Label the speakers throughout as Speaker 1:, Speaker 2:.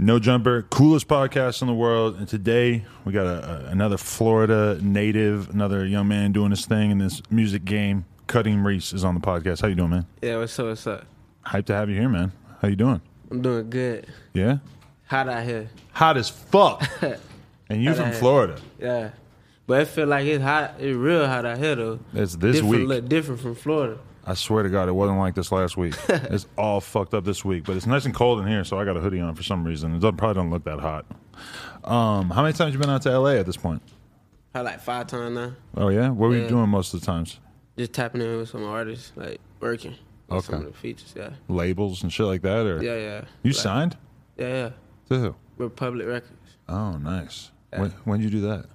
Speaker 1: No Jumper, coolest podcast in the world. And today we got a, a, another Florida native, another young man doing his thing in this music game. Cutting Reese is on the podcast. How you doing, man?
Speaker 2: Yeah, what's up? What's up?
Speaker 1: Hyped to have you here, man. How you doing?
Speaker 2: I'm doing good.
Speaker 1: Yeah,
Speaker 2: Hot out here.
Speaker 1: hot as fuck. and you from Florida?
Speaker 2: Yeah, but it feel like it's hot. It's real hot out here though.
Speaker 1: It's this
Speaker 2: different,
Speaker 1: week.
Speaker 2: Look different from Florida.
Speaker 1: I swear to God, it wasn't like this last week. it's all fucked up this week, but it's nice and cold in here, so I got a hoodie on for some reason. It doesn't, probably don't look that hot. Um, how many times you been out to LA at this point?
Speaker 2: Probably like five times now.
Speaker 1: Oh yeah, what were you
Speaker 2: Yeah.
Speaker 1: doing most of the times?
Speaker 2: Just tapping in with some artists, like working. with Some
Speaker 1: Okay.
Speaker 2: of the features, yeah,
Speaker 1: Labels and shit like that, or
Speaker 2: yeah, yeah.
Speaker 1: you
Speaker 2: Like,
Speaker 1: signed
Speaker 2: Yeah, yeah.
Speaker 1: to who?
Speaker 2: Republic Records.
Speaker 1: Oh, nice. When when you do that?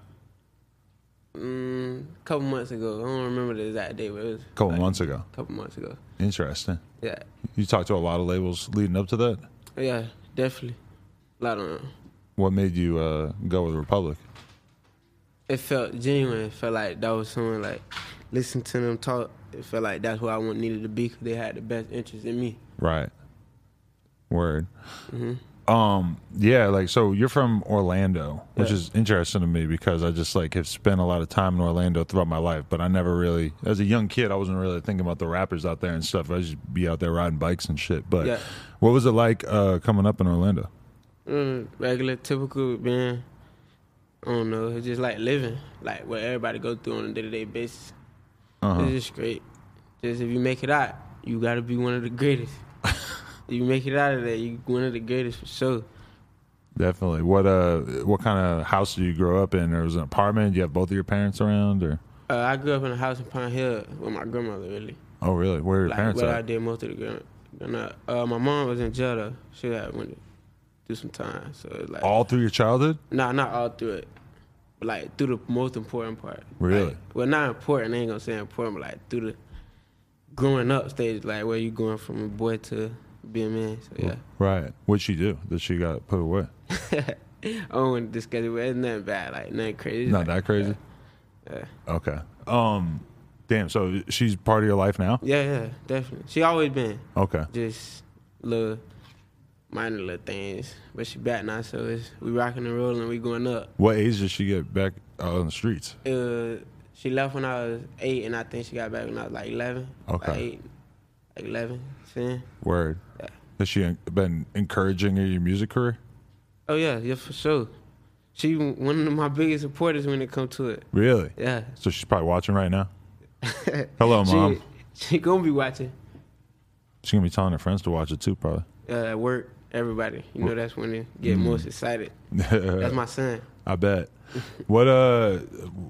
Speaker 2: Mm, a couple months ago. I don't remember the exact date, but it was
Speaker 1: A couple
Speaker 2: like,
Speaker 1: months ago.
Speaker 2: A couple months ago.
Speaker 1: Interesting.
Speaker 2: Yeah,
Speaker 1: You talked to a lot of labels leading up to that.
Speaker 2: yeah, definitely. A lot of them.
Speaker 1: What made you uh, go with Republic?
Speaker 2: it felt genuine. It felt like that was someone like listen to them talk. It felt like that's who I want needed to be 'cause they had the best interest in me.
Speaker 1: Right. Word. Um. Yeah. Like, so you're from Orlando, which
Speaker 2: Yeah.
Speaker 1: is interesting to me because I just like have spent a lot of time in Orlando throughout my life, but I never really, as a young kid, I wasn't really thinking about the rappers out there and stuff. I just be out there riding bikes and shit. But
Speaker 2: Yeah.
Speaker 1: what was it like uh, coming up in Orlando?
Speaker 2: Mm, regular, typical being. I don't know. It's just like living, like what everybody go through on a day to day basis.
Speaker 1: Uh-huh.
Speaker 2: It's just great. Just if you make it out, you gotta be one of the greatest. you make it out of there, you one of the greatest for sure.
Speaker 1: Definitely. What uh, what kind of house did you grow up in, or was it an apartment? Did you have both of your parents around, or?
Speaker 2: Uh, I grew up in a house in Pine Hill with my grandmother, really.
Speaker 1: Oh, really? Where are your
Speaker 2: Like
Speaker 1: parents
Speaker 2: what
Speaker 1: at?
Speaker 2: I did most of the growing growing up. Uh, my mom was in jail though. She had went to do some time. So it's like
Speaker 1: All through your childhood?
Speaker 2: nah, not all through it. But like through the most important part.
Speaker 1: Really?
Speaker 2: Like, well not important, I ain't gonna say important, but like through the growing up stage, like where you going from a boy to be a man. So yeah.
Speaker 1: Right. What'd she do that she got put away?
Speaker 2: I don't want to discuss it, but it's nothing bad, like nothing crazy.
Speaker 1: Not
Speaker 2: Like,
Speaker 1: that crazy. Okay. Um. Damn. So she's part of your life now.
Speaker 2: Yeah, yeah, definitely. She always been.
Speaker 1: Okay.
Speaker 2: just little minor little things. But she back now, so it's, we rocking and rolling. We going up.
Speaker 1: What age did she get back out on the streets?
Speaker 2: Uh, she left when I was eight, and I think she got back when I was like eleven.
Speaker 1: Okay.
Speaker 2: Like eight, like 11, 10.
Speaker 1: Word. Has she en- been encouraging your music career?
Speaker 2: Oh yeah, yeah for sure. She one of my biggest supporters when it come to it.
Speaker 1: Really?
Speaker 2: Yeah.
Speaker 1: So she's probably watching right now. Hello,
Speaker 2: She,
Speaker 1: mom.
Speaker 2: she gonna be watching.
Speaker 1: She's gonna be telling her friends to watch it too, probably.
Speaker 2: Uh, at work, everybody. You know that's when they get most excited. That's my son.
Speaker 1: I bet. What uh,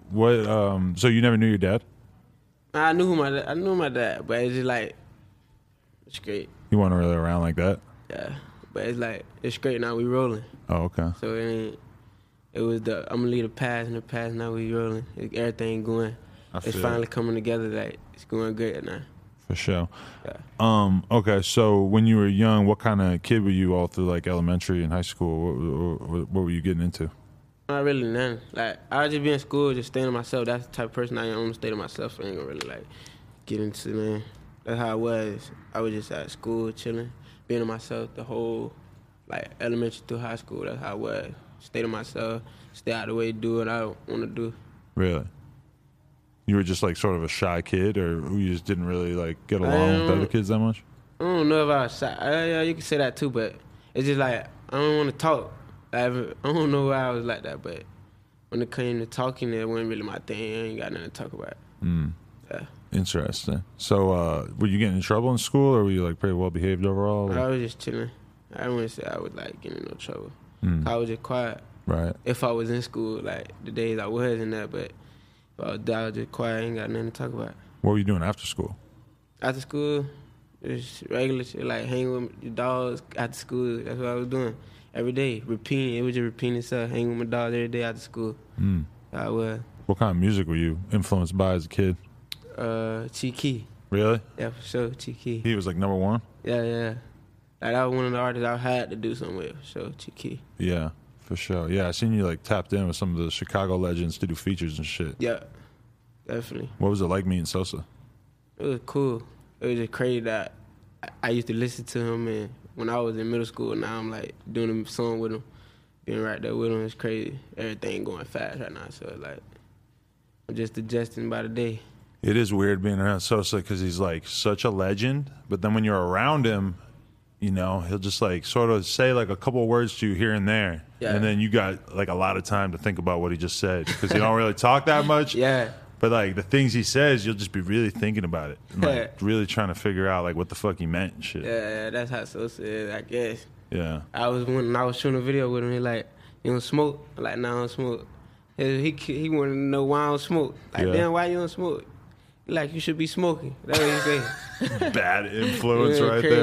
Speaker 1: what um? So you never knew your dad?
Speaker 2: I knew who my da- I knew my dad, but it's just like it's great.
Speaker 1: You weren't really around like that.
Speaker 2: Yeah, but it's like it's great now. We rolling,
Speaker 1: Oh, okay.
Speaker 2: so it ain't. It was the I'm gonna leave the past in the past. Now we rolling. It, everything going.
Speaker 1: I
Speaker 2: It's
Speaker 1: feel
Speaker 2: finally coming together. Like it's going great now.
Speaker 1: For sure.
Speaker 2: Yeah.
Speaker 1: Um. Okay. So when you were young, what kind of kid were you all through like elementary and high school? What, what, what were you getting into?
Speaker 2: Not really nothing. Like I just be in school, just staying to myself. That's the type of person I am. I'm gonna stay to myself. I ain't gonna really like get into man. That's how I was. I was just at school chilling, being to myself the whole like elementary through high school. That's how I was. Stay to myself. Stay out of the way. Do what I want to do.
Speaker 1: Really? You were just like sort of a shy kid, or you just didn't really like get
Speaker 2: I
Speaker 1: along with
Speaker 2: am-
Speaker 1: other kids that much?
Speaker 2: I don't know if I was shy. Uh, yeah, you can say that too, but it's just like I don't want to talk. Like, I don't know why I was like that, but when it came to talking, it wasn't really my thing. I ain't got nothing to talk about. Yeah.
Speaker 1: Interesting. So, uh, were you getting in trouble in school, or were you like pretty well behaved overall?
Speaker 2: I
Speaker 1: Like,
Speaker 2: was just chilling. I wouldn't say I was like getting in no trouble. I was just quiet.
Speaker 1: right.
Speaker 2: If I was in school, like the days I was in that, but if I was, there, I was just quiet. I ain't got nothing to talk about.
Speaker 1: What were you doing after school?
Speaker 2: After school, just regular shit, like hanging with the dogs after school. That's what I was doing every day. Repeating. It was just repeating itself. Hanging with my dogs every day after school.
Speaker 1: Mm.
Speaker 2: I was
Speaker 1: What kind of music were you influenced by as a kid?
Speaker 2: uh, cheeky.
Speaker 1: Really?
Speaker 2: Yeah, for sure, cheeky.
Speaker 1: He was like number one.
Speaker 2: Yeah, yeah. Like that was one of the artists I had to do something with. So cheeky.
Speaker 1: Yeah, for sure. Yeah, I seen you like tapped in with some of the Chicago legends to do features and shit.
Speaker 2: Yeah, definitely.
Speaker 1: What was it like meeting Sosa?
Speaker 2: It was cool. It was just crazy that I- I used to listen to him, and when I was in middle school, now I'm like doing a song with him, being right there with him. It's crazy. Everything going fast right now, so like I'm just adjusting by the day.
Speaker 1: It is weird being around Sosa because he's like such a legend, but then when you're around him, you know he'll just like sort of say like a couple of words to you here and there,
Speaker 2: Yeah.
Speaker 1: and then you got like a lot of time to think about what he just said because you don't really talk that much.
Speaker 2: Yeah,
Speaker 1: But like the things he says, you'll just be really thinking about it, and,
Speaker 2: Yeah.
Speaker 1: like really trying to figure out like what the fuck he meant and shit.
Speaker 2: yeah, that's how Sosa is, I guess.
Speaker 1: Yeah.
Speaker 2: I was when I was shooting a video with him. He like, you don't smoke? I'm like, nah, I don't smoke. He he, he wanted to know why I don't smoke. Like,
Speaker 1: Yeah.
Speaker 2: damn, why you don't smoke? He Like, you should be smoking. That's what he say.
Speaker 1: bad influence
Speaker 2: Yeah,
Speaker 1: right
Speaker 2: crazy.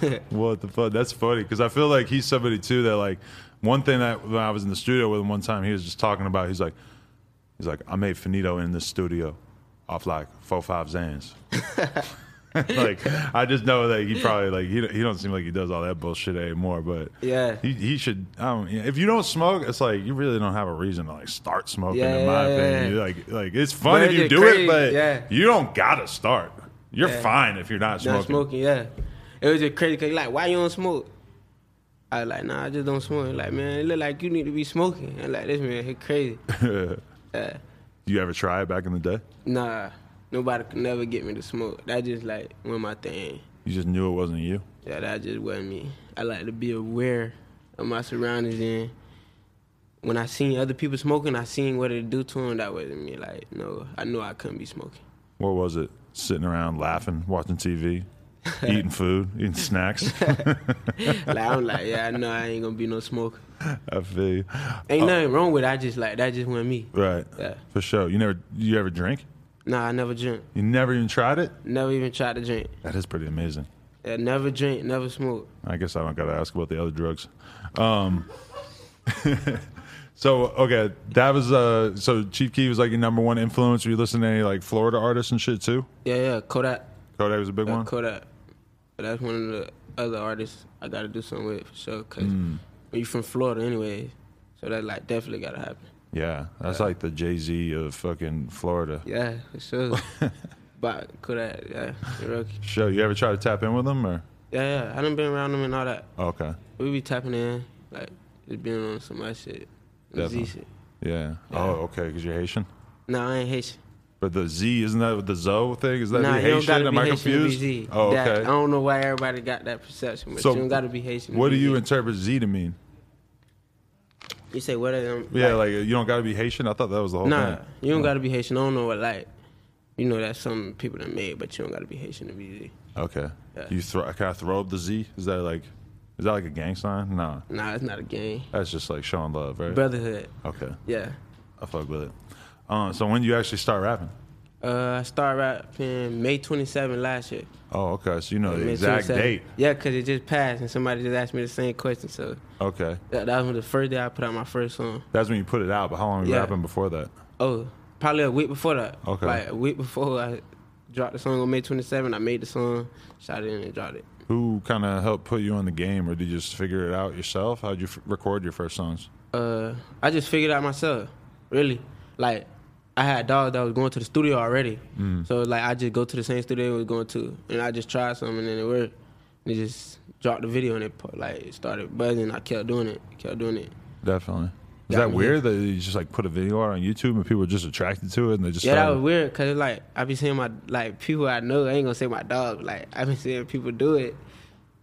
Speaker 1: there. what the fuck? That's funny because I feel like he's somebody too that like one thing that when I was in the studio with him one time he was just talking about he's like he's like I made finito in the studio off like four five zans. like I just know that he probably like he don't- he don't seem like he does all that bullshit anymore, but
Speaker 2: Yeah.
Speaker 1: he he should. I don't, yeah, if you don't smoke, it's like you really don't have a reason to like start smoking.
Speaker 2: Yeah,
Speaker 1: in my
Speaker 2: yeah,
Speaker 1: opinion,
Speaker 2: yeah.
Speaker 1: You're like like it's fun
Speaker 2: But
Speaker 1: if
Speaker 2: it's
Speaker 1: you
Speaker 2: just
Speaker 1: do it,
Speaker 2: crazy,
Speaker 1: but
Speaker 2: yeah.
Speaker 1: you don't gotta start. You're
Speaker 2: Yeah.
Speaker 1: fine if you're not smoking.
Speaker 2: Not smoking, yeah. It was just crazy because like, why you don't smoke? I was like, nah, I just don't smoke. He like, man, it look like you need to be smoking. I'm like, this man, he crazy. yeah.
Speaker 1: Do you ever try it back in the day?
Speaker 2: Nah, nobody could never get me to smoke. That just like went my thing.
Speaker 1: You just knew it wasn't you.
Speaker 2: Yeah, that just wasn't me. I like to be aware of my surroundings and when I seen other people smoking, I seen what it do to them. That wasn't me. Like, no, I knew I couldn't be smoking.
Speaker 1: What was it? Sitting around laughing, watching TV, eating food, eating snacks.
Speaker 2: like, I'm like, yeah, I know I ain't gonna be no smoker.
Speaker 1: I feel you.
Speaker 2: Ain't nothing wrong with it. I just like, that just wasn't me.
Speaker 1: Right.
Speaker 2: Yeah.
Speaker 1: For sure. You never you ever drink?
Speaker 2: Nah, I never drink.
Speaker 1: You never even tried it?
Speaker 2: Never even tried to drink.
Speaker 1: That is pretty amazing.
Speaker 2: Yeah, never drink, never smoke.
Speaker 1: I guess I don't gotta ask about the other drugs. Um So okay, that was uh so Chief Key was like your number one influence. Were you listening to any like Florida artists and shit too?
Speaker 2: Yeah, yeah, Kodak.
Speaker 1: Kodak was a big
Speaker 2: Yeah,
Speaker 1: one.
Speaker 2: Uh, Kodak. But that's one of the other artists I gotta do something with for sure. Cause
Speaker 1: Mm.
Speaker 2: you from Florida anyway. So that like definitely gotta happen.
Speaker 1: Yeah. That's like the Jay Z of fucking Florida.
Speaker 2: Yeah, for sure. but Kodak, yeah, Rocky.
Speaker 1: Sure. You ever try to tap in with them or
Speaker 2: Yeah, yeah. I done been around them and all that.
Speaker 1: okay.
Speaker 2: We be tapping in, like just being on some other shit. some
Speaker 1: Definitely.
Speaker 2: Z shit.
Speaker 1: Yeah. Oh, okay, because you're Haitian.
Speaker 2: Nah, I ain't Haitian.
Speaker 1: But the Z isn't that the Zo thing? Is that
Speaker 2: Nah,
Speaker 1: the
Speaker 2: you don't
Speaker 1: Haitian?
Speaker 2: gotta
Speaker 1: Am
Speaker 2: be
Speaker 1: I
Speaker 2: Haitian to be
Speaker 1: confused?
Speaker 2: Z.
Speaker 1: Oh,
Speaker 2: That- I
Speaker 1: okay.
Speaker 2: don't know why everybody got that perception, but
Speaker 1: So,
Speaker 2: you don't gotta be Haitian. to
Speaker 1: What do
Speaker 2: be
Speaker 1: you
Speaker 2: Z.
Speaker 1: interpret Z to mean?
Speaker 2: You say what? um,
Speaker 1: Yeah, like you don't got to be Haitian. I thought that was the whole
Speaker 2: Nah,
Speaker 1: thing.
Speaker 2: you don't gotta be Haitian. I don't know what like. You know that's some people that made, but you don't gotta be Haitian to be Z.
Speaker 1: Oh, Okay.
Speaker 2: Yeah.
Speaker 1: You throw? Can I throw up the Z? Is that like? Is that like a gang sign? Nah,
Speaker 2: Nah, it's not a game.
Speaker 1: that's just like showing love, right?
Speaker 2: Brotherhood.
Speaker 1: Okay,
Speaker 2: Yeah.
Speaker 1: I fuck with it. Uh, so when do you actually start rapping?
Speaker 2: Uh, I started rapping May 27 last year.
Speaker 1: Oh, okay. So you know the
Speaker 2: May
Speaker 1: exact
Speaker 2: 27.
Speaker 1: date.
Speaker 2: Yeah, cause it just passed and somebody just asked me the same question. So
Speaker 1: Okay,
Speaker 2: that, that was the first day I put out my first song.
Speaker 1: that's when you put it out. But how long were you
Speaker 2: Yeah.
Speaker 1: rapping before that?
Speaker 2: Oh, probably a week before that.
Speaker 1: Okay.
Speaker 2: Like a week before I dropped the song on May 27, I made the song, shot it in and dropped it.
Speaker 1: Who kind of helped put you on the game, or did you just figure it out yourself? How'd you f- record your first songs?
Speaker 2: uh, I just figured out myself, really. Like, I had dogs that was going to the studio already.
Speaker 1: Mm.
Speaker 2: So, like, I just go to the same studio I was going to, and I just tried something, and then it worked. And it just dropped the video, and it, pu- like, it started buzzing. I kept doing it, kept doing it.
Speaker 1: Definitely. Is
Speaker 2: Got
Speaker 1: that
Speaker 2: me
Speaker 1: weird that you just like put a video out on YouTube and people are just attracted to it and they just
Speaker 2: Yeah, that
Speaker 1: started-
Speaker 2: was weird, because, like, I be seeing my, like, people I know, I ain't gonna say my dog, but, like, I been seeing people do it.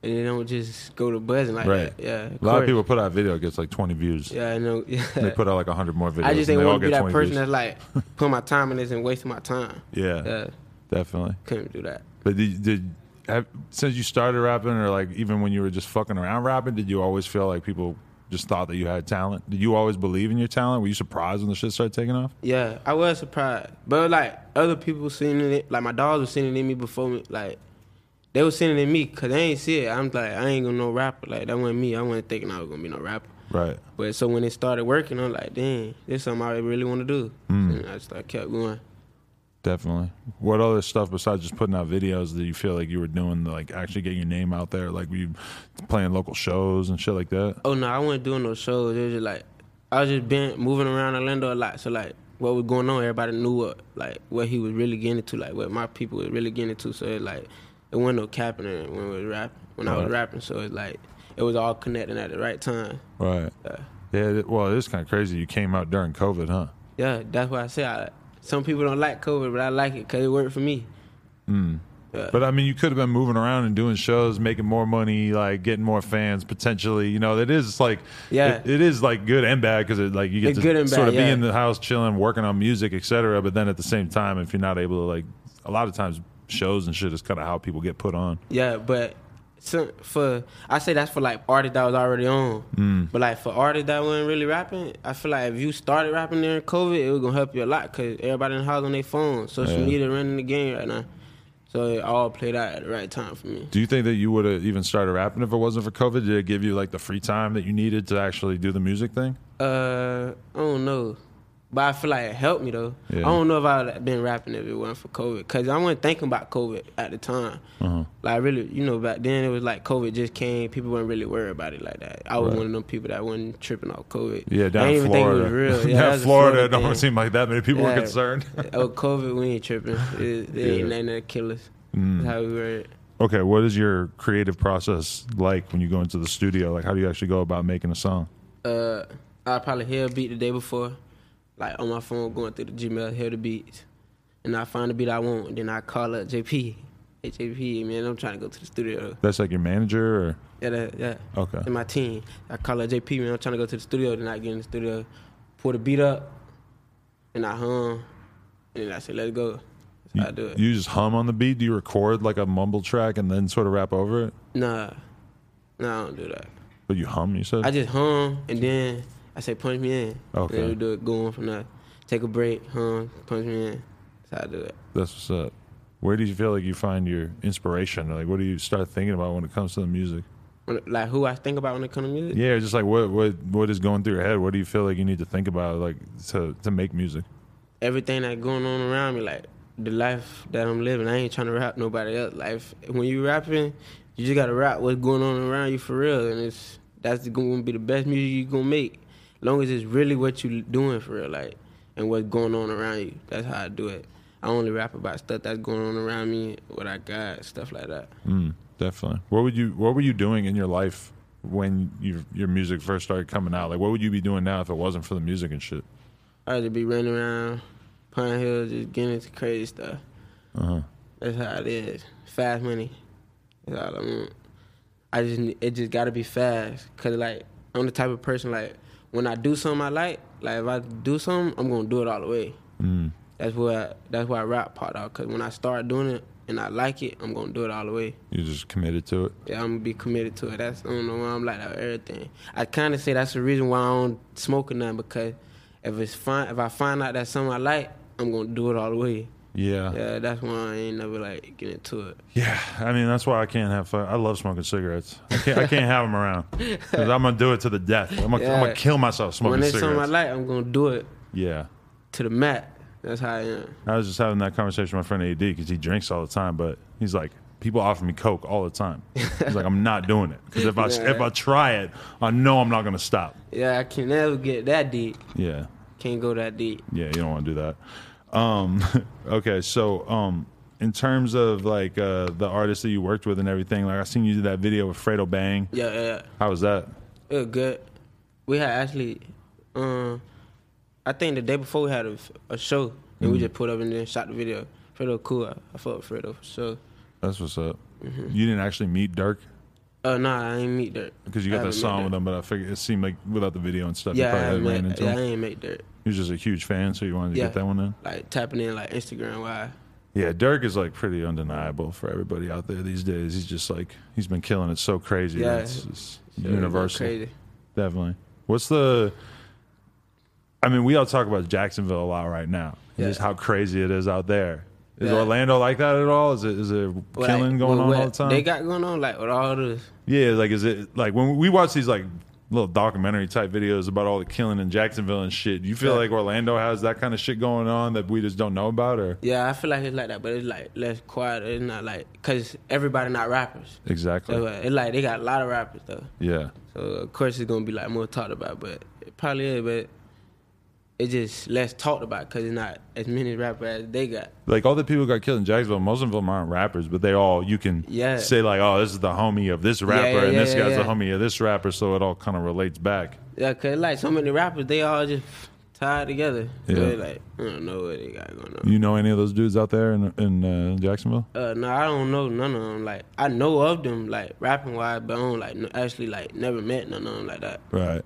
Speaker 2: and it don't just go to buzzing like
Speaker 1: Right.
Speaker 2: that. Yeah,
Speaker 1: A lot of people put out a video, it gets like 20 views.
Speaker 2: Yeah, I know. Yeah.
Speaker 1: They put out like 100 more videos.
Speaker 2: I just
Speaker 1: and
Speaker 2: didn't
Speaker 1: they all
Speaker 2: want to
Speaker 1: get
Speaker 2: be that
Speaker 1: 20
Speaker 2: person
Speaker 1: views.
Speaker 2: that's like put my time in this and wasting my time.
Speaker 1: Yeah,
Speaker 2: Yeah,
Speaker 1: definitely.
Speaker 2: couldn't do that.
Speaker 1: But did, did have, since you started rapping, or like even when you were just fucking around rapping, did you always feel like people just thought that you had talent? Did you always believe in your talent? Were you surprised when the shit started taking off?
Speaker 2: Yeah, I was surprised, but like other people seen it, like my dogs were seeing it in me before me, like. They was sending it in me because they ain't see it. I'm like, I ain't gonna no rapper. Like, that wasn't me. I wasn't thinking I was gonna be no rapper.
Speaker 1: Right.
Speaker 2: But so when it started working, I'm like, dang, this something I really want to do. And I just like, kept going.
Speaker 1: Definitely. What other stuff besides just putting out videos that you feel like you were doing, like actually getting your name out there? Like, were you playing local shows and shit like that?
Speaker 2: Oh no, I wasn't doing no shows. It was just like I was just been moving around Orlando a lot. So like what was going on, everybody knew what like what he was really getting into, like what my people was really getting into. So it like it wasn't no capping in it when we was rapping when I was
Speaker 1: Right.
Speaker 2: rapping. So it's like it was all connecting at the right time.
Speaker 1: Right.
Speaker 2: Yeah.
Speaker 1: Yeah. th- Well, it is kind of crazy. You came out during COVID, huh?
Speaker 2: Yeah, that's why I say I, some people don't like COVID, but I like it because it worked for me.
Speaker 1: But I mean, you could have been moving around and doing shows, making more money, like getting more fans potentially. You know, it is like,
Speaker 2: Yeah.
Speaker 1: it- it is like good and bad because it like you get
Speaker 2: It's
Speaker 1: to
Speaker 2: good and
Speaker 1: sort
Speaker 2: bad,
Speaker 1: of be
Speaker 2: yeah.
Speaker 1: in the house chilling, working on music, etc. But then at the same time, if you're not able to like, a lot of times shows and shit is kind of how people get put on.
Speaker 2: Yeah, but some, for I say that's for like artists that was already on. But like for artists that wasn't really rapping, I feel like if you started rapping during COVID, it was gonna help you a lot because everybody in the house on their phone, social
Speaker 1: Yeah.
Speaker 2: media running the game right now. So it all played out at the right time for me.
Speaker 1: Do you think that you would have even started rapping if it wasn't for COVID? Did it give you like the free time that you needed to actually do the music thing?
Speaker 2: Uh, I don't know. But I feel like it helped me though.
Speaker 1: Yeah.
Speaker 2: I don't know if I'd have been rapping if it wasn't for COVID, cause I wasn't thinking about COVID at the time.
Speaker 1: Uh-huh.
Speaker 2: Like really, you know, back then it was like COVID just came. People weren't really worried about it like that. I was
Speaker 1: Right.
Speaker 2: one of them people that wasn't tripping off COVID.
Speaker 1: Yeah, down
Speaker 2: I
Speaker 1: in
Speaker 2: didn't even
Speaker 1: Florida.
Speaker 2: think it was real. Yeah, that
Speaker 1: down
Speaker 2: was a
Speaker 1: Florida, it don't
Speaker 2: thing.
Speaker 1: seem like that many people were
Speaker 2: Yeah.
Speaker 1: concerned.
Speaker 2: oh, COVID, we ain't tripping. It, it ain't nothing that kill us.
Speaker 1: Mm.
Speaker 2: That's how we were.
Speaker 1: okay, what is your creative process like when you go into the studio? Like, how do you actually go about making a song?
Speaker 2: uh, I probably hear a beat the day before, like on my phone going through the Gmail, hear the beats, and I find the beat I want, and then I call up JP. Hey JP, man, I'm trying to go to the studio.
Speaker 1: That's like your manager, or
Speaker 2: Yeah, that- yeah.
Speaker 1: Okay.
Speaker 2: And my team, I call up JP, man, I'm trying to go to the studio. Then I get in the studio, pull the beat up, and I hum, and then I say, let's go. That's
Speaker 1: you,
Speaker 2: how I do it.
Speaker 1: you just hum on the beat? Do you record like a mumble track and then sort of rap over it?
Speaker 2: nah, nah, I don't do that.
Speaker 1: But you hum, you said.
Speaker 2: I just hum and then I say punch me in.
Speaker 1: Okay.
Speaker 2: Then we do it going from there. Take a break, hum, punch me in. That's how I do it.
Speaker 1: That's what's up. Where do you feel like you find your inspiration? Like, what do you start thinking about when it comes to the music?
Speaker 2: When- Like who I think about when it comes to music.
Speaker 1: Yeah, just like what what what is going through your head? What do you feel like you need to think about like to to make music?
Speaker 2: Everything that going on around me, like the life that I'm living. I ain't trying to rap nobody else. Life when you rapping, you just gotta rap what's going on around you for real, and it's that's gonna be the best music you gonna make, long as it's really what you doing for real, like and what's going on around you. That's how I do it. I only rap about stuff that's going on around me, what I got, stuff like that.
Speaker 1: Mm, definitely. What would you What were you doing in your life when your your music first started coming out? Like, what would you be doing now if it wasn't for the music and shit?
Speaker 2: I just be running around Pine Hill, just getting into crazy stuff.
Speaker 1: Uh-huh.
Speaker 2: That's how it is. Fast money. That's all I want. I just ne- it just gotta be fast, cause like I'm the type of person like when I do something I like, like if I do something, I'm gonna do it all the way.
Speaker 1: Mm.
Speaker 2: That's where that's why I rap part out, cause when I start doing it and I like it, I'm gonna do it all the way.
Speaker 1: You just committed to it.
Speaker 2: Yeah, I'm gonna be committed to it. That's I don't know why I'm like that. with Everything. I kind of say that's the reason why I don't smoke or nothing because if it's fine, if I find out that something I like, I'm gonna do it all the way.
Speaker 1: Yeah. yeah,
Speaker 2: Yeah, that's why I ain't never like get into it.
Speaker 1: I mean, that's why I can't have. Fun. I love smoking cigares. I can't. I can't have them around. i I'm gonna do it to the death. I'm gonna, I'm
Speaker 2: Yeah.
Speaker 1: gonna kill myself smoking
Speaker 2: when it's
Speaker 1: cigarettes.
Speaker 2: something I like, I'm gonna do it
Speaker 1: yeah.
Speaker 2: to the mat. That's how I am.
Speaker 1: I was just having that conversation with my friend AD because he drinks all the time, but he's like, people offer me coke all the time. He's like, I'm not doing it because if I
Speaker 2: Yeah.
Speaker 1: if I try it, I know I'm not gonna stop.
Speaker 2: Yeah, I can never get that deep.
Speaker 1: Yeah,
Speaker 2: Can't go that deep.
Speaker 1: yeah, you don't want to do that. Um, okay, so um, in terms of like uh, the artists that you worked with and everything, like I seen you do that video with Fredo Bang.
Speaker 2: Yeah, yeah. yeah.
Speaker 1: How was that?
Speaker 2: It was good. We had actually, um, I think the day before we had a, a show and
Speaker 1: Mm-hmm.
Speaker 2: we just pulled up and then shot the video. Fredo cool. I, I fuck with Fredo for sure. Mm-hmm.
Speaker 1: That's what's up. You didn't actually meet Dirk.
Speaker 2: Oh nah, I ain't meet dirt.
Speaker 1: Because you got
Speaker 2: I
Speaker 1: that
Speaker 2: haven't met
Speaker 1: song with
Speaker 2: Dirt.
Speaker 1: him, but I figured it seemed like without the video and stuff, you
Speaker 2: Yeah, I,
Speaker 1: probably had
Speaker 2: haven't
Speaker 1: ran
Speaker 2: met,
Speaker 1: into
Speaker 2: yeah I
Speaker 1: him.
Speaker 2: ain't make dirt.
Speaker 1: He was just a huge fan, so you wanted to
Speaker 2: Yeah.
Speaker 1: get that one in.
Speaker 2: Like tapping in like Instagram wide.
Speaker 1: Yeah, Dirk is like pretty undeniable for everybody out there these days. He's just like he's been killing it so crazy.
Speaker 2: Yeah.
Speaker 1: that it's just
Speaker 2: Shit,
Speaker 1: universal.
Speaker 2: Crazy.
Speaker 1: Definitely. What's the? I mean, we all talk about Jacksonville a lot right now. and Just
Speaker 2: Yeah.
Speaker 1: how crazy it is out there. Is
Speaker 2: Yeah.
Speaker 1: Orlando like that at all? Is it is there
Speaker 2: Well,
Speaker 1: killing
Speaker 2: like,
Speaker 1: going
Speaker 2: what-
Speaker 1: on all
Speaker 2: what
Speaker 1: the time?
Speaker 2: They got going on like with all this.
Speaker 1: yeah, like is it like when we watch these like little documentary type videos about all the killing in Jacksonville and shit? You feel
Speaker 2: Yeah.
Speaker 1: like Orlando has that kind of shit going on that we just don't know about, or
Speaker 2: Yeah, I feel like it's like that, but it's like less quiet. It's not like cause everybody not rappers.
Speaker 1: exactly?
Speaker 2: So uh, it's like they got a lot of rappers though.
Speaker 1: yeah.
Speaker 2: So of course it's gonna be like more talked about, but it probably is, but it's just less talked about because it's not as many rappers as they got.
Speaker 1: like all the people who got killed in Jacksonville, most of them aren't rappers, but they all you can
Speaker 2: Yeah.
Speaker 1: say like, oh, this is the homie of this rapper,
Speaker 2: yeah,
Speaker 1: and
Speaker 2: yeah,
Speaker 1: this
Speaker 2: yeah,
Speaker 1: guy's the
Speaker 2: yeah.
Speaker 1: homie of this rapper, so it all kind of relates back.
Speaker 2: Yeah, cause like so many rappers, they all just tied together. So
Speaker 1: Yeah.
Speaker 2: it's like I don't know what they got going on.
Speaker 1: You know any of those dudes out there in in uh, Jacksonville?
Speaker 2: Uh, no, I don't know none of them. Like I know of them, like rapping wise, but I don't like n- actually like never met none of them like that.
Speaker 1: Right.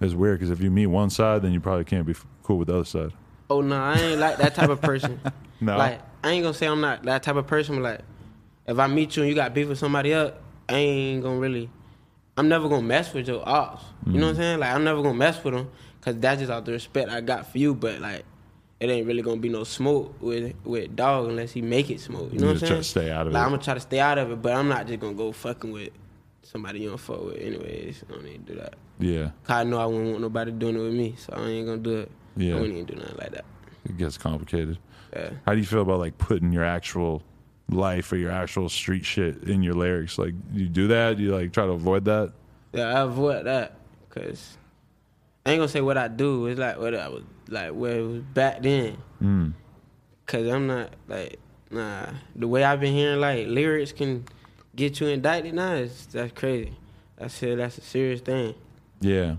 Speaker 1: It's weird because if you meet one side, then you probably can't be f- cool with the other side.
Speaker 2: Oh no, I ain't like that type of person.
Speaker 1: No.
Speaker 2: Like I ain't gonna say I'm not that type of person. But like if I meet you and you got beef with somebody else, I ain't gonna really. I'm never gonna mess with your ops. You
Speaker 1: Mm.
Speaker 2: know what I'm saying? Like I'm never gonna mess with them because that's just out the respect I got for you. But like it ain't really gonna be no smoke with with dog unless he make it smoke. You know
Speaker 1: just
Speaker 2: what I'm
Speaker 1: try
Speaker 2: saying?
Speaker 1: to stay out of
Speaker 2: like,
Speaker 1: it.
Speaker 2: I'm gonna try to stay out of it, but I'm not just gonna go fucking with somebody you don't fuck with. Anyways, I don't need to do that.
Speaker 1: Yeah,
Speaker 2: Cause I know I wouldn't want nobody doing it with me, so I ain't gonna do it.
Speaker 1: Yeah.
Speaker 2: I wouldn't even do nothing like that.
Speaker 1: it gets complicated.
Speaker 2: Yeah.
Speaker 1: How do you feel about like putting your actual life or your actual street shit in your lyrics? Like, you do that? You like try to avoid that?
Speaker 2: Yeah, I avoid that because I ain't gonna say what I do. It's like what I was like where it was back then.
Speaker 1: Mm.
Speaker 2: Cause I'm not like nah. The way I've been hearing like lyrics can get you indicted now. It's, that's crazy. I said that's a serious thing.
Speaker 1: Yeah,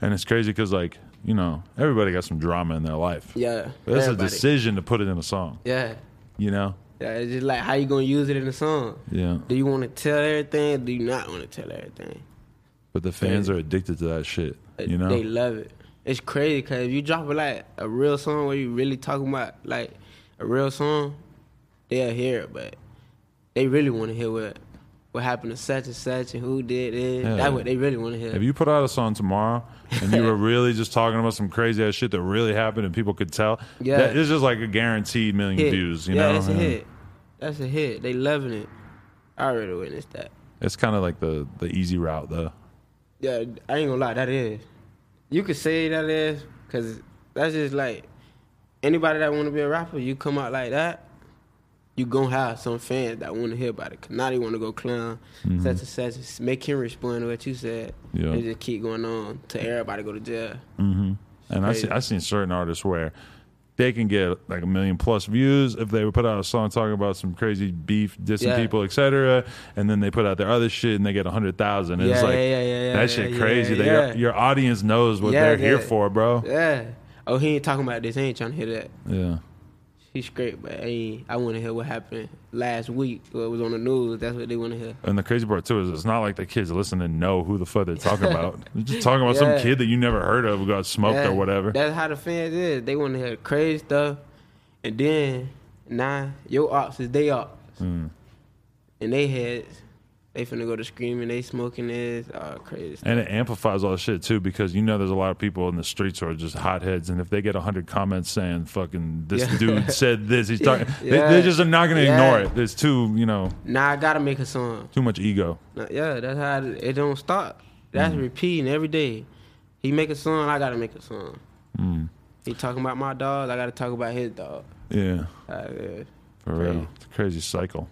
Speaker 1: and it's crazy because like you know everybody got some drama in their life.
Speaker 2: Yeah,
Speaker 1: But That's
Speaker 2: everybody.
Speaker 1: a decision to put it in a song,
Speaker 2: Yeah,
Speaker 1: you know?
Speaker 2: yeah. It's just like how you gonna use it in the song.
Speaker 1: Yeah.
Speaker 2: Do you want to tell everything? Do you not want to tell everything?
Speaker 1: But the fans are addicted to that shit, you know?
Speaker 2: Uh, They love it. It's crazy because if you drop like a real song where you really talking about like a real song, they'll hear it, but they really want to hear what what happened to such and such and who did it.
Speaker 1: Yeah.
Speaker 2: That's what they really want to hear.
Speaker 1: if you put out a song tomorrow and you were really just talking about some crazy ass shit that really happened and people could tell,
Speaker 2: Yeah.
Speaker 1: that, it's just like a guaranteed million
Speaker 2: Hit.
Speaker 1: views, you
Speaker 2: yeah,
Speaker 1: know?
Speaker 2: that's a
Speaker 1: And
Speaker 2: hit. That's a hit. They loving it. I already witnessed that.
Speaker 1: It's kind of like the, the easy route, though.
Speaker 2: Yeah, I ain't gonna lie, that is. You could say that is, cause that's just like anybody that wanna be a rapper, you come out like that, you gonna have some fans that wanna hear about it. Cause now they wanna go clown, such and such, and make him respond to what you said.
Speaker 1: Mm-hmm. Yeah.
Speaker 2: And just keep going on to everybody go to jail.
Speaker 1: And I see, I seen certain artists where they can get like a million plus views if they would put out a song talking about some crazy beef, dissing
Speaker 2: Yeah.
Speaker 1: people, etc. And then they put out their other shit and they get a hundred thousand. It's
Speaker 2: Yeah,
Speaker 1: like
Speaker 2: yeah, yeah, yeah, yeah,
Speaker 1: that shit
Speaker 2: yeah,
Speaker 1: crazy. that
Speaker 2: yeah.
Speaker 1: your, your audience knows what
Speaker 2: Yeah,
Speaker 1: they're here
Speaker 2: yeah.
Speaker 1: for, bro. Yeah.
Speaker 2: Yeah. Oh, he ain't talking about this, he ain't trying to hear that. He's great, but I ain't, I wanna hear what happened last week, what was on the news, that's what they wanna hear.
Speaker 1: And the crazy part too is it's not like the kids listening know who the fuck they're talking about. They're just talking about
Speaker 2: Yeah.
Speaker 1: some kid that you never heard of who got smoked
Speaker 2: Yeah,
Speaker 1: or whatever.
Speaker 2: That's how the fans is. They want to hear crazy stuff, and then nah, your ops is they ops,
Speaker 1: Mm.
Speaker 2: and they heads. They finna go to screaming. They smoking this all crazy. Stuff.
Speaker 1: And it amplifies all the shit too, because you know there's a lot of people in the streets who are just hotheads, and if they get hundred comments saying "fucking this
Speaker 2: Yeah.
Speaker 1: dude said this," he's talking.
Speaker 2: Yeah.
Speaker 1: They, they just are not going to
Speaker 2: Yeah.
Speaker 1: ignore it. There's too, you know,
Speaker 2: Nah, I gotta make a song.
Speaker 1: too much ego.
Speaker 2: Nah, yeah, that's how it, it don't stop. That's
Speaker 1: Mm.
Speaker 2: repeating every day. He make a song. I gotta make a song.
Speaker 1: Mm.
Speaker 2: He talking about my dog. I gotta talk about his dog.
Speaker 1: Yeah,
Speaker 2: Uh, yeah.
Speaker 1: for
Speaker 2: Crazy.
Speaker 1: real, it's a crazy cycle.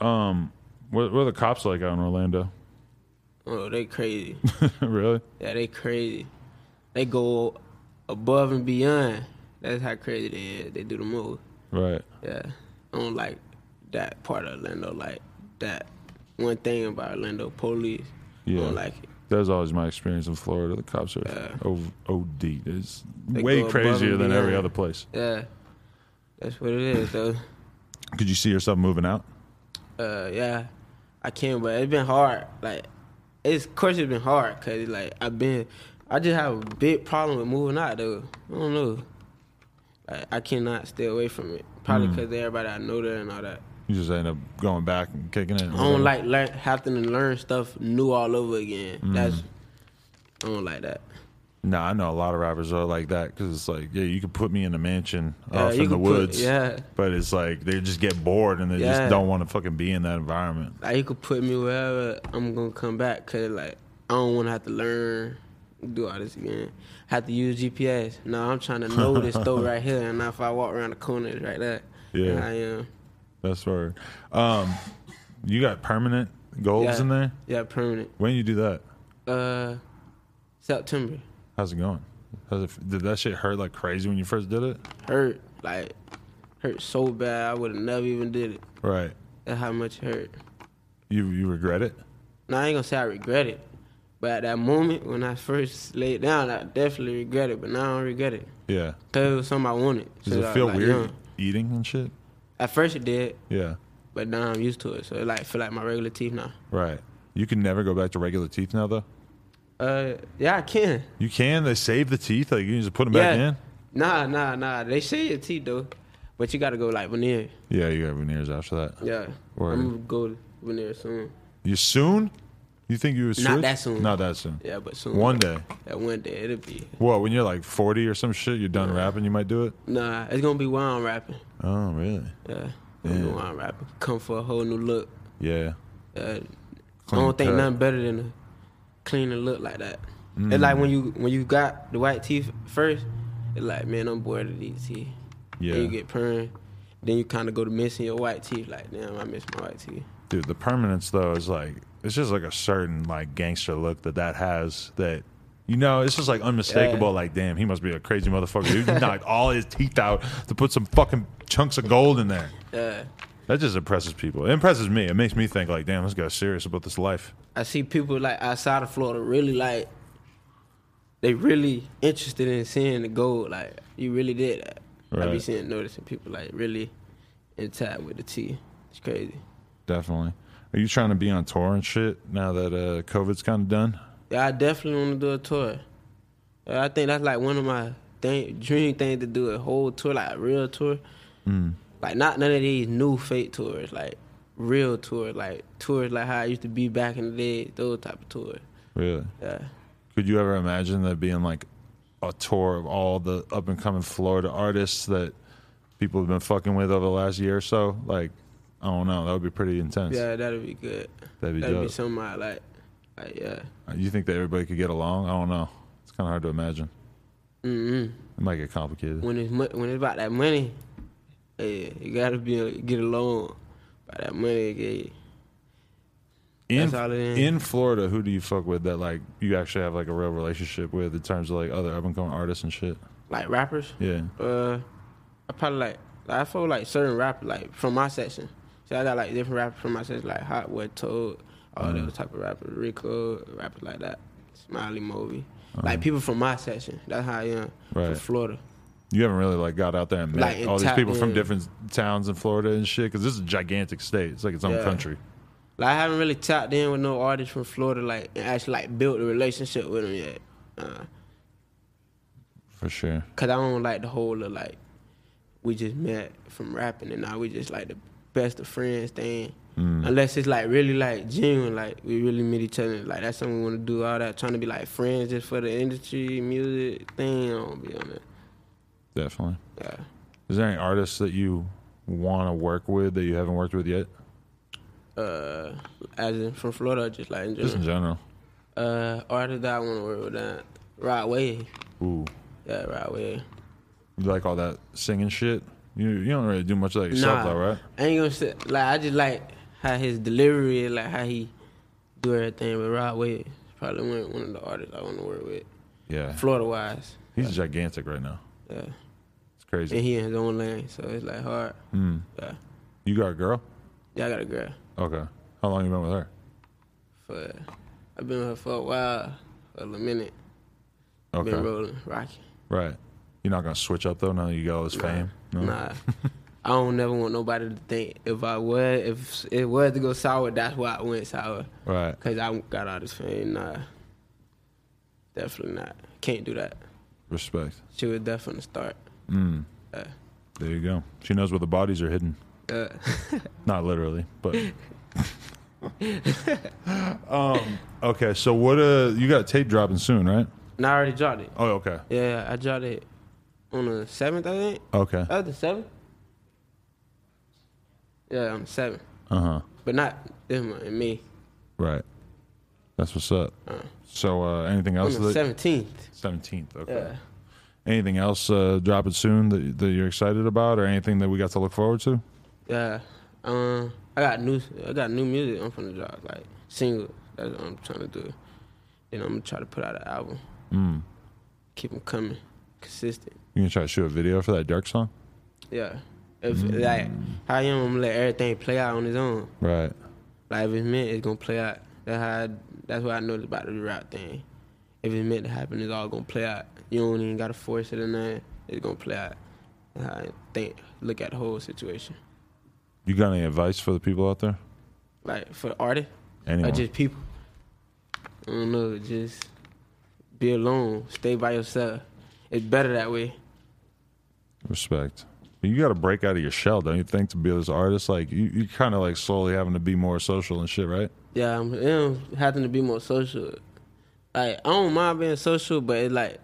Speaker 1: Um, what, what are the cops like out in Orlando?
Speaker 2: oh, they crazy.
Speaker 1: really?
Speaker 2: Yeah, they crazy. They go above and beyond. That's how crazy they is. They do the most.
Speaker 1: Right.
Speaker 2: Yeah. I don't like that part of Orlando. Like that one thing about Orlando police.
Speaker 1: Yeah.
Speaker 2: I don't like it.
Speaker 1: That's always my experience in Florida. The cops are
Speaker 2: Yeah.
Speaker 1: o- OD. It's
Speaker 2: They
Speaker 1: way
Speaker 2: go above
Speaker 1: crazier
Speaker 2: and
Speaker 1: than every
Speaker 2: beyond.
Speaker 1: other place.
Speaker 2: Yeah. That's what it is though.
Speaker 1: Could you see yourself moving out?
Speaker 2: Uh yeah. I can, but it's been hard. Like, it's of course it's been hard because like I've been, I just have a big problem with moving out though. I don't know. Like, I cannot stay away from it. Probably because everybody I know there and all that.
Speaker 1: You just end up going back and kicking it.
Speaker 2: I don't like learn, having to learn stuff new all over again.
Speaker 1: Mm.
Speaker 2: That's I don't like that.
Speaker 1: No, I know a lot of rappers are like that because it's like, yeah, you could put me in a mansion
Speaker 2: Yeah,
Speaker 1: off
Speaker 2: you
Speaker 1: in the
Speaker 2: could put-
Speaker 1: woods,
Speaker 2: yeah.
Speaker 1: But it's like they just get bored and they
Speaker 2: Yeah.
Speaker 1: just don't want to fucking be in that environment.
Speaker 2: Like you could put me wherever I'm gonna come back, cause like I don't want to have to learn, do all this again. Have to use GPS. No, I'm trying to know this store right here, and now if I walk around the corner, it's right there.
Speaker 1: Yeah.
Speaker 2: And I uh, am.
Speaker 1: That's where, um, you got permanent goals
Speaker 2: Yeah.
Speaker 1: in there.
Speaker 2: Yeah, permanent.
Speaker 1: When you do that,
Speaker 2: Uh, September.
Speaker 1: how's it going? How's it, did that shit hurt like crazy when you first did it?
Speaker 2: Hurt like hurt so bad I would have never even did it.
Speaker 1: Right.
Speaker 2: That's how much it hurt.
Speaker 1: You you regret it?
Speaker 2: Now I ain't gonna say I regret it, but at that moment when I first laid down, I definitely regret it. But now I don't regret it.
Speaker 1: Yeah.
Speaker 2: Cause it was something I wanted.
Speaker 1: Does
Speaker 2: So,
Speaker 1: it
Speaker 2: like,
Speaker 1: feel
Speaker 2: like,
Speaker 1: weird
Speaker 2: yeah.
Speaker 1: eating and shit?
Speaker 2: At first it did,
Speaker 1: Yeah.
Speaker 2: but now I'm used to it. So it like feel like my regular teeth now.
Speaker 1: Right. You can never go back to regular teeth now though.
Speaker 2: Uh, yeah, I can.
Speaker 1: You can. They save the teeth. Like you can just put them
Speaker 2: yeah.
Speaker 1: back
Speaker 2: Nah, nah, nah. They say your teeth though, but you gotta go like veneer.
Speaker 1: in. Yeah. You got veneers after that.
Speaker 2: Yeah.
Speaker 1: Word.
Speaker 2: I'm gonna go veneer soon.
Speaker 1: You soon? You think you would switch?
Speaker 2: Not that soon.
Speaker 1: Not that soon.
Speaker 2: Yeah, but soon.
Speaker 1: One day.
Speaker 2: Yeah, one day it'll be.
Speaker 1: Well, when you're like 40 or some shit, you're done rapping, you might do it.
Speaker 2: Nah, it's gonna be while I'm rapping.
Speaker 1: Oh, really?
Speaker 2: Yeah. It's gonna be while I'm rapping. Come for a whole new look.
Speaker 1: Yeah.
Speaker 2: Uh, I
Speaker 1: Clean
Speaker 2: don't think
Speaker 1: cut.
Speaker 2: nothing better than a clean and look like that.
Speaker 1: Mm.
Speaker 2: It's like when you when you got the white teeth first, it's like man, I'm bored of these teeth.
Speaker 1: Yeah.
Speaker 2: Then you get perm, then you kind of go to missing your white teeth. Like damn, I miss my white teeth.
Speaker 1: Dude, the permanence, though, is like, it's just like a certain like gangster look that that has that. You know, it's just like unmistakable.
Speaker 2: Yeah.
Speaker 1: Like, damn, he must be a crazy motherfucker. Dude, He knocked all his teeth out to put some fucking chunks of gold in there.
Speaker 2: Uh,
Speaker 1: That just impresses people. It impresses me. It makes me think, like, damn, this guy's serious about this life.
Speaker 2: I see people like outside of Florida really like they really interested in seeing the gold. Like you really did that. I be
Speaker 1: Right.
Speaker 2: seeing noticing people like really in tap with the teeth. It's crazy.
Speaker 1: Definitely. Are you trying to be on tour and shit now that uh, COVID's kind of done?
Speaker 2: Yeah, I definitely want to do a tour. Uh, I think that's like one of my thing, dream things to do a whole tour, like a real tour. Like not none of these new fake tours, like real tours, like tours like how I used to be back in the day, those type of tours.
Speaker 1: Really?
Speaker 2: Yeah.
Speaker 1: Could you ever imagine that being like a tour of all the up and coming Florida artists that people have been fucking with over the last year or so? Like, I don't know. That would be pretty intense.
Speaker 2: Yeah, that'd be good.
Speaker 1: That'd be
Speaker 2: That'd be
Speaker 1: dope.
Speaker 2: something I like. Like yeah.
Speaker 1: You think that everybody could get along? I don't know. It's kind of hard to imagine. Mm-hmm. It might get complicated.
Speaker 2: When it's mo- when it's about that money, yeah, you gotta be get along. By that money, yeah.
Speaker 1: in,
Speaker 2: That's all it is.
Speaker 1: in Florida, who do you fuck with that like you actually have like a real relationship with in terms of like other up and coming artists and shit?
Speaker 2: like rappers.
Speaker 1: Yeah.
Speaker 2: Uh, I probably like, like I feel like certain rappers like from my section. So I got like different rappers from my section, like Hot Wet Toad, all those type of rappers, Rico, rappers like that, Smiley Moby, like people from my section. That's how I am from
Speaker 1: Right.
Speaker 2: Florida.
Speaker 1: You haven't really like got out there and met
Speaker 2: Like, in
Speaker 1: all these
Speaker 2: ta-
Speaker 1: people from
Speaker 2: yeah.
Speaker 1: different towns in Florida and shit because this is a gigantic state. It's like its own
Speaker 2: Yeah.
Speaker 1: country.
Speaker 2: Like I haven't really tapped in with no artists from Florida, like and actually like built a relationship with them yet. Uh,
Speaker 1: For sure.
Speaker 2: Cause I don't like the whole of like we just met from rapping and now we just like the best of friends thing. Unless it's like really like genuine, like we really meet each other, like that's something we want to do. All that trying to be like friends just for the industry music thing. I don't be on that.
Speaker 1: Definitely.
Speaker 2: Yeah.
Speaker 1: Is there any artists that you want to work with that you haven't worked with yet?
Speaker 2: Uh, as in from Florida, or just like in
Speaker 1: Just in
Speaker 2: general.
Speaker 1: general.
Speaker 2: Uh, artist that I want to work with that Rod Wave.
Speaker 1: Ooh,
Speaker 2: Yeah, Rod Wave.
Speaker 1: you like all that singing shit? You you don't really do much of that yourself,
Speaker 2: Nah,
Speaker 1: though, right?
Speaker 2: I ain't gonna say like I just like how his delivery, is, like how he do everything. But Rod Wave is probably one, one of the artists I want to work with,
Speaker 1: Yeah,
Speaker 2: Florida wise.
Speaker 1: he's gigantic right now.
Speaker 2: Yeah,
Speaker 1: It's
Speaker 2: and
Speaker 1: crazy.
Speaker 2: he in his own lane, so it's like hard.
Speaker 1: Hmm.
Speaker 2: Mm. Yeah,
Speaker 1: You got a girl?
Speaker 2: yeah, I got a girl.
Speaker 1: Okay. How long you been with her?
Speaker 2: For I've been with her for a while, for a little minute.
Speaker 1: Okay.
Speaker 2: Been rolling, rocking.
Speaker 1: Right. You're not gonna switch up though. Now that you got all this fame. No?
Speaker 2: Nah, I don't never want nobody to think if I was if it was to go sour, that's why I went sour.
Speaker 1: Right.
Speaker 2: Cause I got all this fame. Nah, definitely not. Can't do that.
Speaker 1: Respect.
Speaker 2: She was there from the start. Mm.
Speaker 1: There you go. She knows where the bodies are hidden.
Speaker 2: Uh, uh,
Speaker 1: Not literally, but. um. Okay. So what? Uh, you got tape dropping soon, right?
Speaker 2: and I already dropped it.
Speaker 1: Oh, okay.
Speaker 2: Yeah, I dropped it on the seventh, I think.
Speaker 1: Okay.
Speaker 2: Oh, the seventh. Yeah, I'm seven,
Speaker 1: Uh huh.
Speaker 2: but not this one and me.
Speaker 1: Right. That's what's up.
Speaker 2: Uh.
Speaker 1: So uh, anything
Speaker 2: On
Speaker 1: else?
Speaker 2: the
Speaker 1: that-
Speaker 2: seventeenth.
Speaker 1: 17th. Okay.
Speaker 2: Yeah.
Speaker 1: Anything else uh, dropping soon that, that you're excited about, or anything that we got to look forward to?
Speaker 2: Yeah. Um, I got new. I got new music. I'm from the drop like single. That's what I'm trying to do. Then I'm gonna try to put out an album.
Speaker 1: Mm.
Speaker 2: Keep them coming, consistent.
Speaker 1: You gonna try to shoot a video for that Dirk song?
Speaker 2: Yeah. If like how you gonna let everything play out on its own?
Speaker 1: Right.
Speaker 2: Like if it's meant, it's gonna play out. That's how. I, that's what I know about the rap thing. If it's meant to happen, it's all gonna play out. You don't even gotta force it or nothing. It's gonna play out. That's how I think. Look at the whole situation.
Speaker 1: You got any advice for the people out there?
Speaker 2: Like for artists.
Speaker 1: Anyone?
Speaker 2: Or just people. I don't know. Just be alone. Stay by yourself. It's better that way.
Speaker 1: Respect. But you got to break out of your shell, don't you think, to be this artist? Like you, you kind of like slowly having to be more social and shit, right?
Speaker 2: Yeah, um, I'm, I'm having to be more social. Like I don't mind being social, but it's like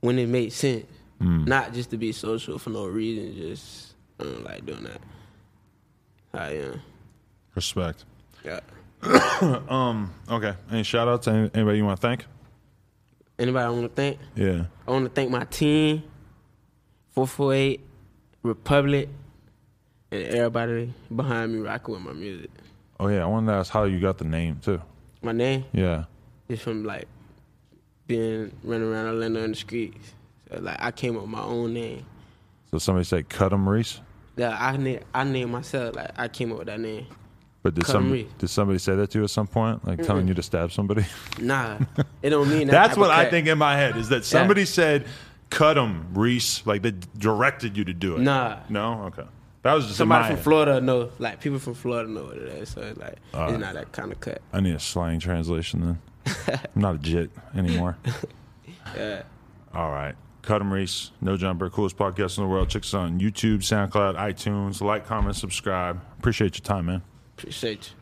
Speaker 2: when it makes sense, not just to be social for no reason. Just I don't like doing that. I am.
Speaker 1: Respect.
Speaker 2: Yeah.
Speaker 1: Okay. Any shout outs? Any, anybody you want to thank?
Speaker 2: Anybody want to thank?
Speaker 1: Yeah.
Speaker 2: I want to thank my team, 448, Republic, and everybody behind me rocking with my music.
Speaker 1: Oh yeah. I wanted to ask how you got the name too.
Speaker 2: My name
Speaker 1: Yeah.
Speaker 2: is from like being running around Orlando in the streets. So, like I came up with my own name.
Speaker 1: So somebody said cut 'em Reese,
Speaker 2: Yeah, I named I named myself. Like I came up with that name.
Speaker 1: but did
Speaker 2: Cut 'em
Speaker 1: some
Speaker 2: Reese.
Speaker 1: did somebody say that to you at some point, like telling you to stab somebody?
Speaker 2: Nah, it don't mean that.
Speaker 1: That's
Speaker 2: type
Speaker 1: what
Speaker 2: of
Speaker 1: I
Speaker 2: cut.
Speaker 1: think in my head is that somebody said cut 'em Reese, like they directed you to do it.
Speaker 2: Nah.
Speaker 1: No. Okay. That was just in my
Speaker 2: Somebody from
Speaker 1: head.
Speaker 2: Florida know. Like people from Florida know what it is. So it's like
Speaker 1: Alright.
Speaker 2: it's not that kind of cut.
Speaker 1: I need a slang translation then. I'm not a jit anymore.
Speaker 2: Yeah.
Speaker 1: All right. Cut 'em Reese, No Jumper, coolest podcast in the world. Check us out on YouTube, SoundCloud, iTunes. Like, comment, subscribe. Appreciate your time, man.
Speaker 2: Appreciate you.